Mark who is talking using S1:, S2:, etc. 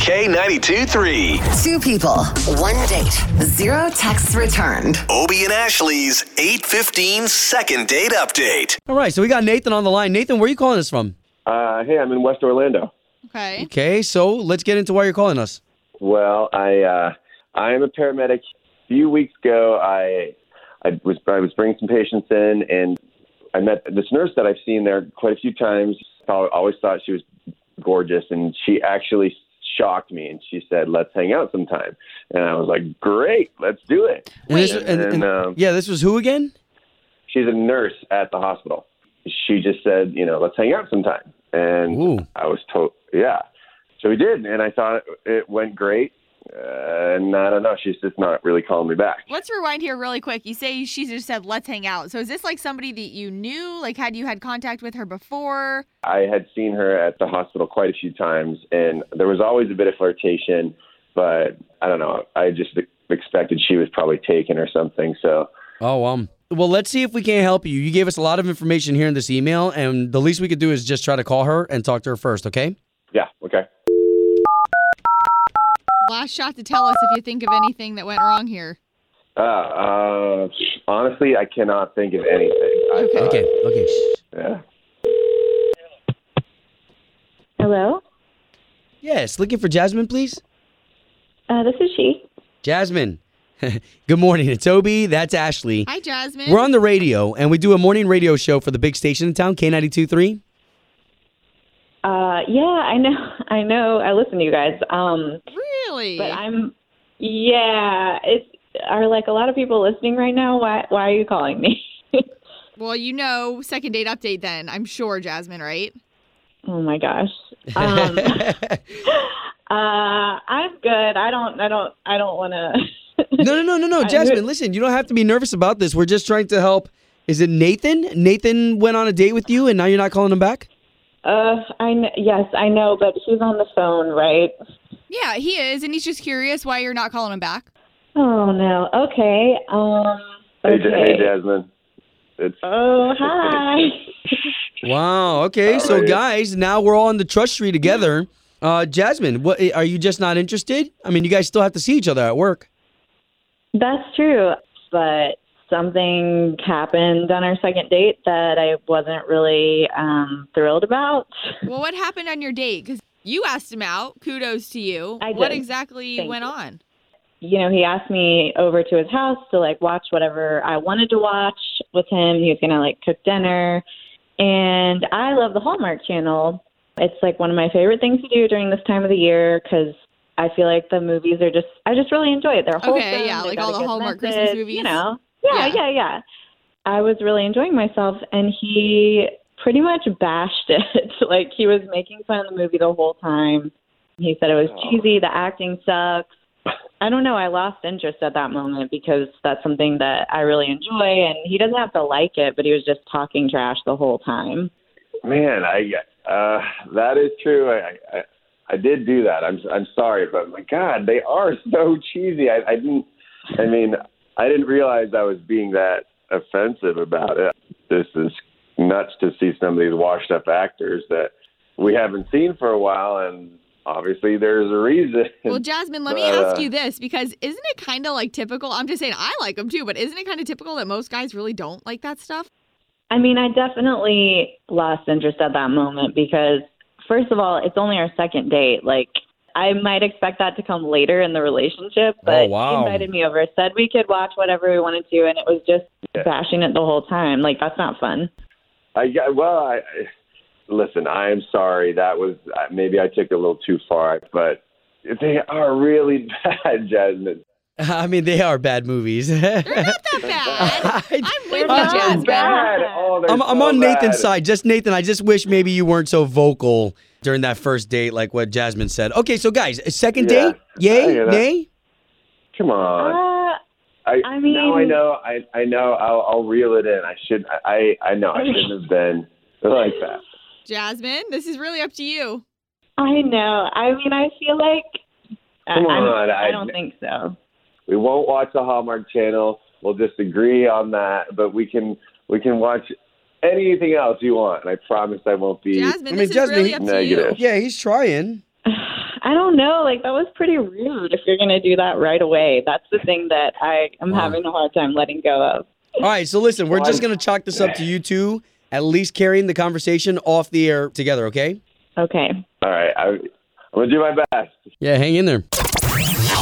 S1: K92 3.
S2: Two people, one date, zero texts returned.
S1: Obie and Ashley's 815 second date update.
S3: All right, so we got Nathan on the line. Nathan, where are you calling us from?
S4: Uh, hey, I'm in West Orlando.
S5: Okay.
S3: Okay, so let's get into why you're calling us.
S4: Well, I uh, I am a paramedic. A few weeks ago, I I was I was bringing some patients in, and I met this nurse that I've seen there quite a few times. I always thought she was gorgeous, and she actually shocked me, and she said, "Let's hang out sometime." And I was like, "Great, let's do it."
S3: And this-
S5: Wait.
S3: and-
S4: And,
S3: and-
S4: um,
S3: yeah, this was who again?
S4: she's a nurse at the hospital. She just said, you know, let's hang out sometime. And
S3: Ooh.
S4: I was told, yeah. So we did, and I thought it went great. Uh, and I don't know, she's just not really calling me back.
S5: Let's rewind here really quick. You say she just said, let's hang out. So is this like somebody that you knew? Like, had you had contact with her before?
S4: I had seen her at the hospital quite a few times, and there was always a bit of flirtation, but I don't know. I just expected she was probably taken or something. So
S3: Oh, um. Well, let's see if we can help you. You gave us a lot of information here in this email, and the least we could do is just try to call her and talk to her first, okay?
S4: yeah, okay.
S5: Last shot to tell us if you think of anything that went wrong here.
S4: Uh, uh, honestly, I cannot think of anything. I
S5: Okay.
S4: thought,
S3: Okay, okay. shh.
S4: yeah.
S6: Hello,
S3: Yes, looking for Jasmine, please.
S6: uh, this is she.
S3: Jasmine. Good morning. It's Obi. That's Ashley.
S5: Hi, Jasmine.
S3: We're on the radio, and we do a morning radio show for the big station in town, K92.3.
S6: Uh, yeah, I know, I know. I listen to you guys, um,
S5: really?
S6: but I'm, yeah. It's are like a lot of people listening right now. Why, why are you calling me?
S5: well, you know, second date update then, I'm sure, Jasmine, right?
S6: oh my gosh. Um, uh, I'm good. I don't, I don't, I don't want to.
S3: No, no, no, no, no,
S6: I-
S3: Jasmine. Listen, you don't have to be nervous about this. We're just trying to help. Is it Nathan? Nathan went on a date with you, and now you're not calling him back.
S6: Uh, I kn- yes, I know, but he's on the phone, right?
S5: Yeah, he is. And he's just curious why you're not calling him back.
S6: Oh no. Okay. Um.
S4: Hey,
S6: Okay.
S4: Ja- hey, Jasmine. It's
S6: Oh hi.
S3: Wow. Okay.
S4: Oh,
S3: So,
S4: yeah.
S3: guys, now we're all on the trust tree together. Uh, Jasmine, what are you just not interested? I mean, you guys still have to see each other at work.
S6: That's true, but something happened on our second date that I wasn't really um, thrilled about.
S5: Well, what happened on your date? Because you asked him out. Kudos to you.
S6: I
S5: What
S6: did.
S5: exactly
S6: Thank
S5: went
S6: you.
S5: on?
S6: You know, he asked me over to his house to like watch whatever I wanted to watch with him. He was gonna like cook dinner, and I love the Hallmark Channel. It's like one of my favorite things to do during this time of the year because I feel like the movies are just I just really enjoy it. They're
S5: Okay,
S6: wholesome.
S5: yeah,
S6: they
S5: like
S6: got
S5: all
S6: a
S5: the
S6: good
S5: Hallmark
S6: message,
S5: Christmas movies.
S6: You know, yeah,
S5: Yeah.
S6: yeah, yeah, I was really enjoying myself, and he pretty much bashed it. like he was making fun of the movie the whole time. He said it was
S4: Oh.
S6: cheesy. The acting sucks. I don't know. I lost interest at that moment because that's something that I really enjoy, and he doesn't have to like it, but he was just talking trash the whole time.
S4: man. I uh, that is true. I, I I did do that. I'm I'm sorry, but my God, they are so cheesy. I, I didn't. I mean, I didn't realize I was being that offensive about it. This is nuts to see some of these washed up actors that we haven't seen for a while, and obviously there's a reason.
S5: Well, Jasmine, let me
S4: But,
S5: ask
S4: uh,
S5: you this because isn't it kind of like typical? I'm just saying I like them too, but isn't it kind of typical that most guys really don't like that stuff?
S6: I mean, I definitely lost interest at that moment because, first of all, it's only our second date. Like, I might expect that to come later in the relationship, but
S3: wow.
S6: he invited me over, said we could watch whatever we wanted to, and it was just bashing it the whole time. Like, that's not fun.
S4: I got- well, I I- listen. I am sorry. That was uh, maybe I took it a little too far, but they are really bad, Jasmine.
S3: I mean, they are bad movies.
S5: Not that bad. I'm with you,
S6: They're not
S5: Jasmine.
S4: Bad. Oh, they're
S3: I'm, I'm
S4: so
S3: on Nathan's
S4: bad.
S3: side. Just Nathan, I just wish maybe you weren't so vocal during that first date, like what Jasmine said. Okay, so guys, second
S4: Yeah,
S3: date, yay,
S4: I hear that.
S3: nay?
S4: Come on.
S6: Uh,
S4: I,
S6: I mean-
S4: now I know. I I know. I'll, I'll reel it in. I should. I I know. I shouldn't have been like that.
S5: Jasmine, this is really up to you.
S6: I know. I mean, I feel like. I-
S4: Come
S6: I'm-
S4: on,
S6: I,
S4: I-
S6: don't think so.
S4: We won't watch the Hallmark Channel. We'll just agree on that. But we can we can watch anything else you want. And I promise I won't be.
S5: Jasmine,
S3: I mean,
S5: this
S3: Jasmine,
S5: is really up to you.
S4: negative.
S3: Yeah, he's trying.
S6: I don't know. Like that was pretty rude. If you're gonna do that right away, that's the thing that I am having a hard time letting go of.
S3: All right, so listen, we're just gonna chalk this up to you two at least carrying the conversation off the air together, okay?
S6: Okay.
S4: All right, I, I'm gonna do my best.
S3: Yeah, hang in there.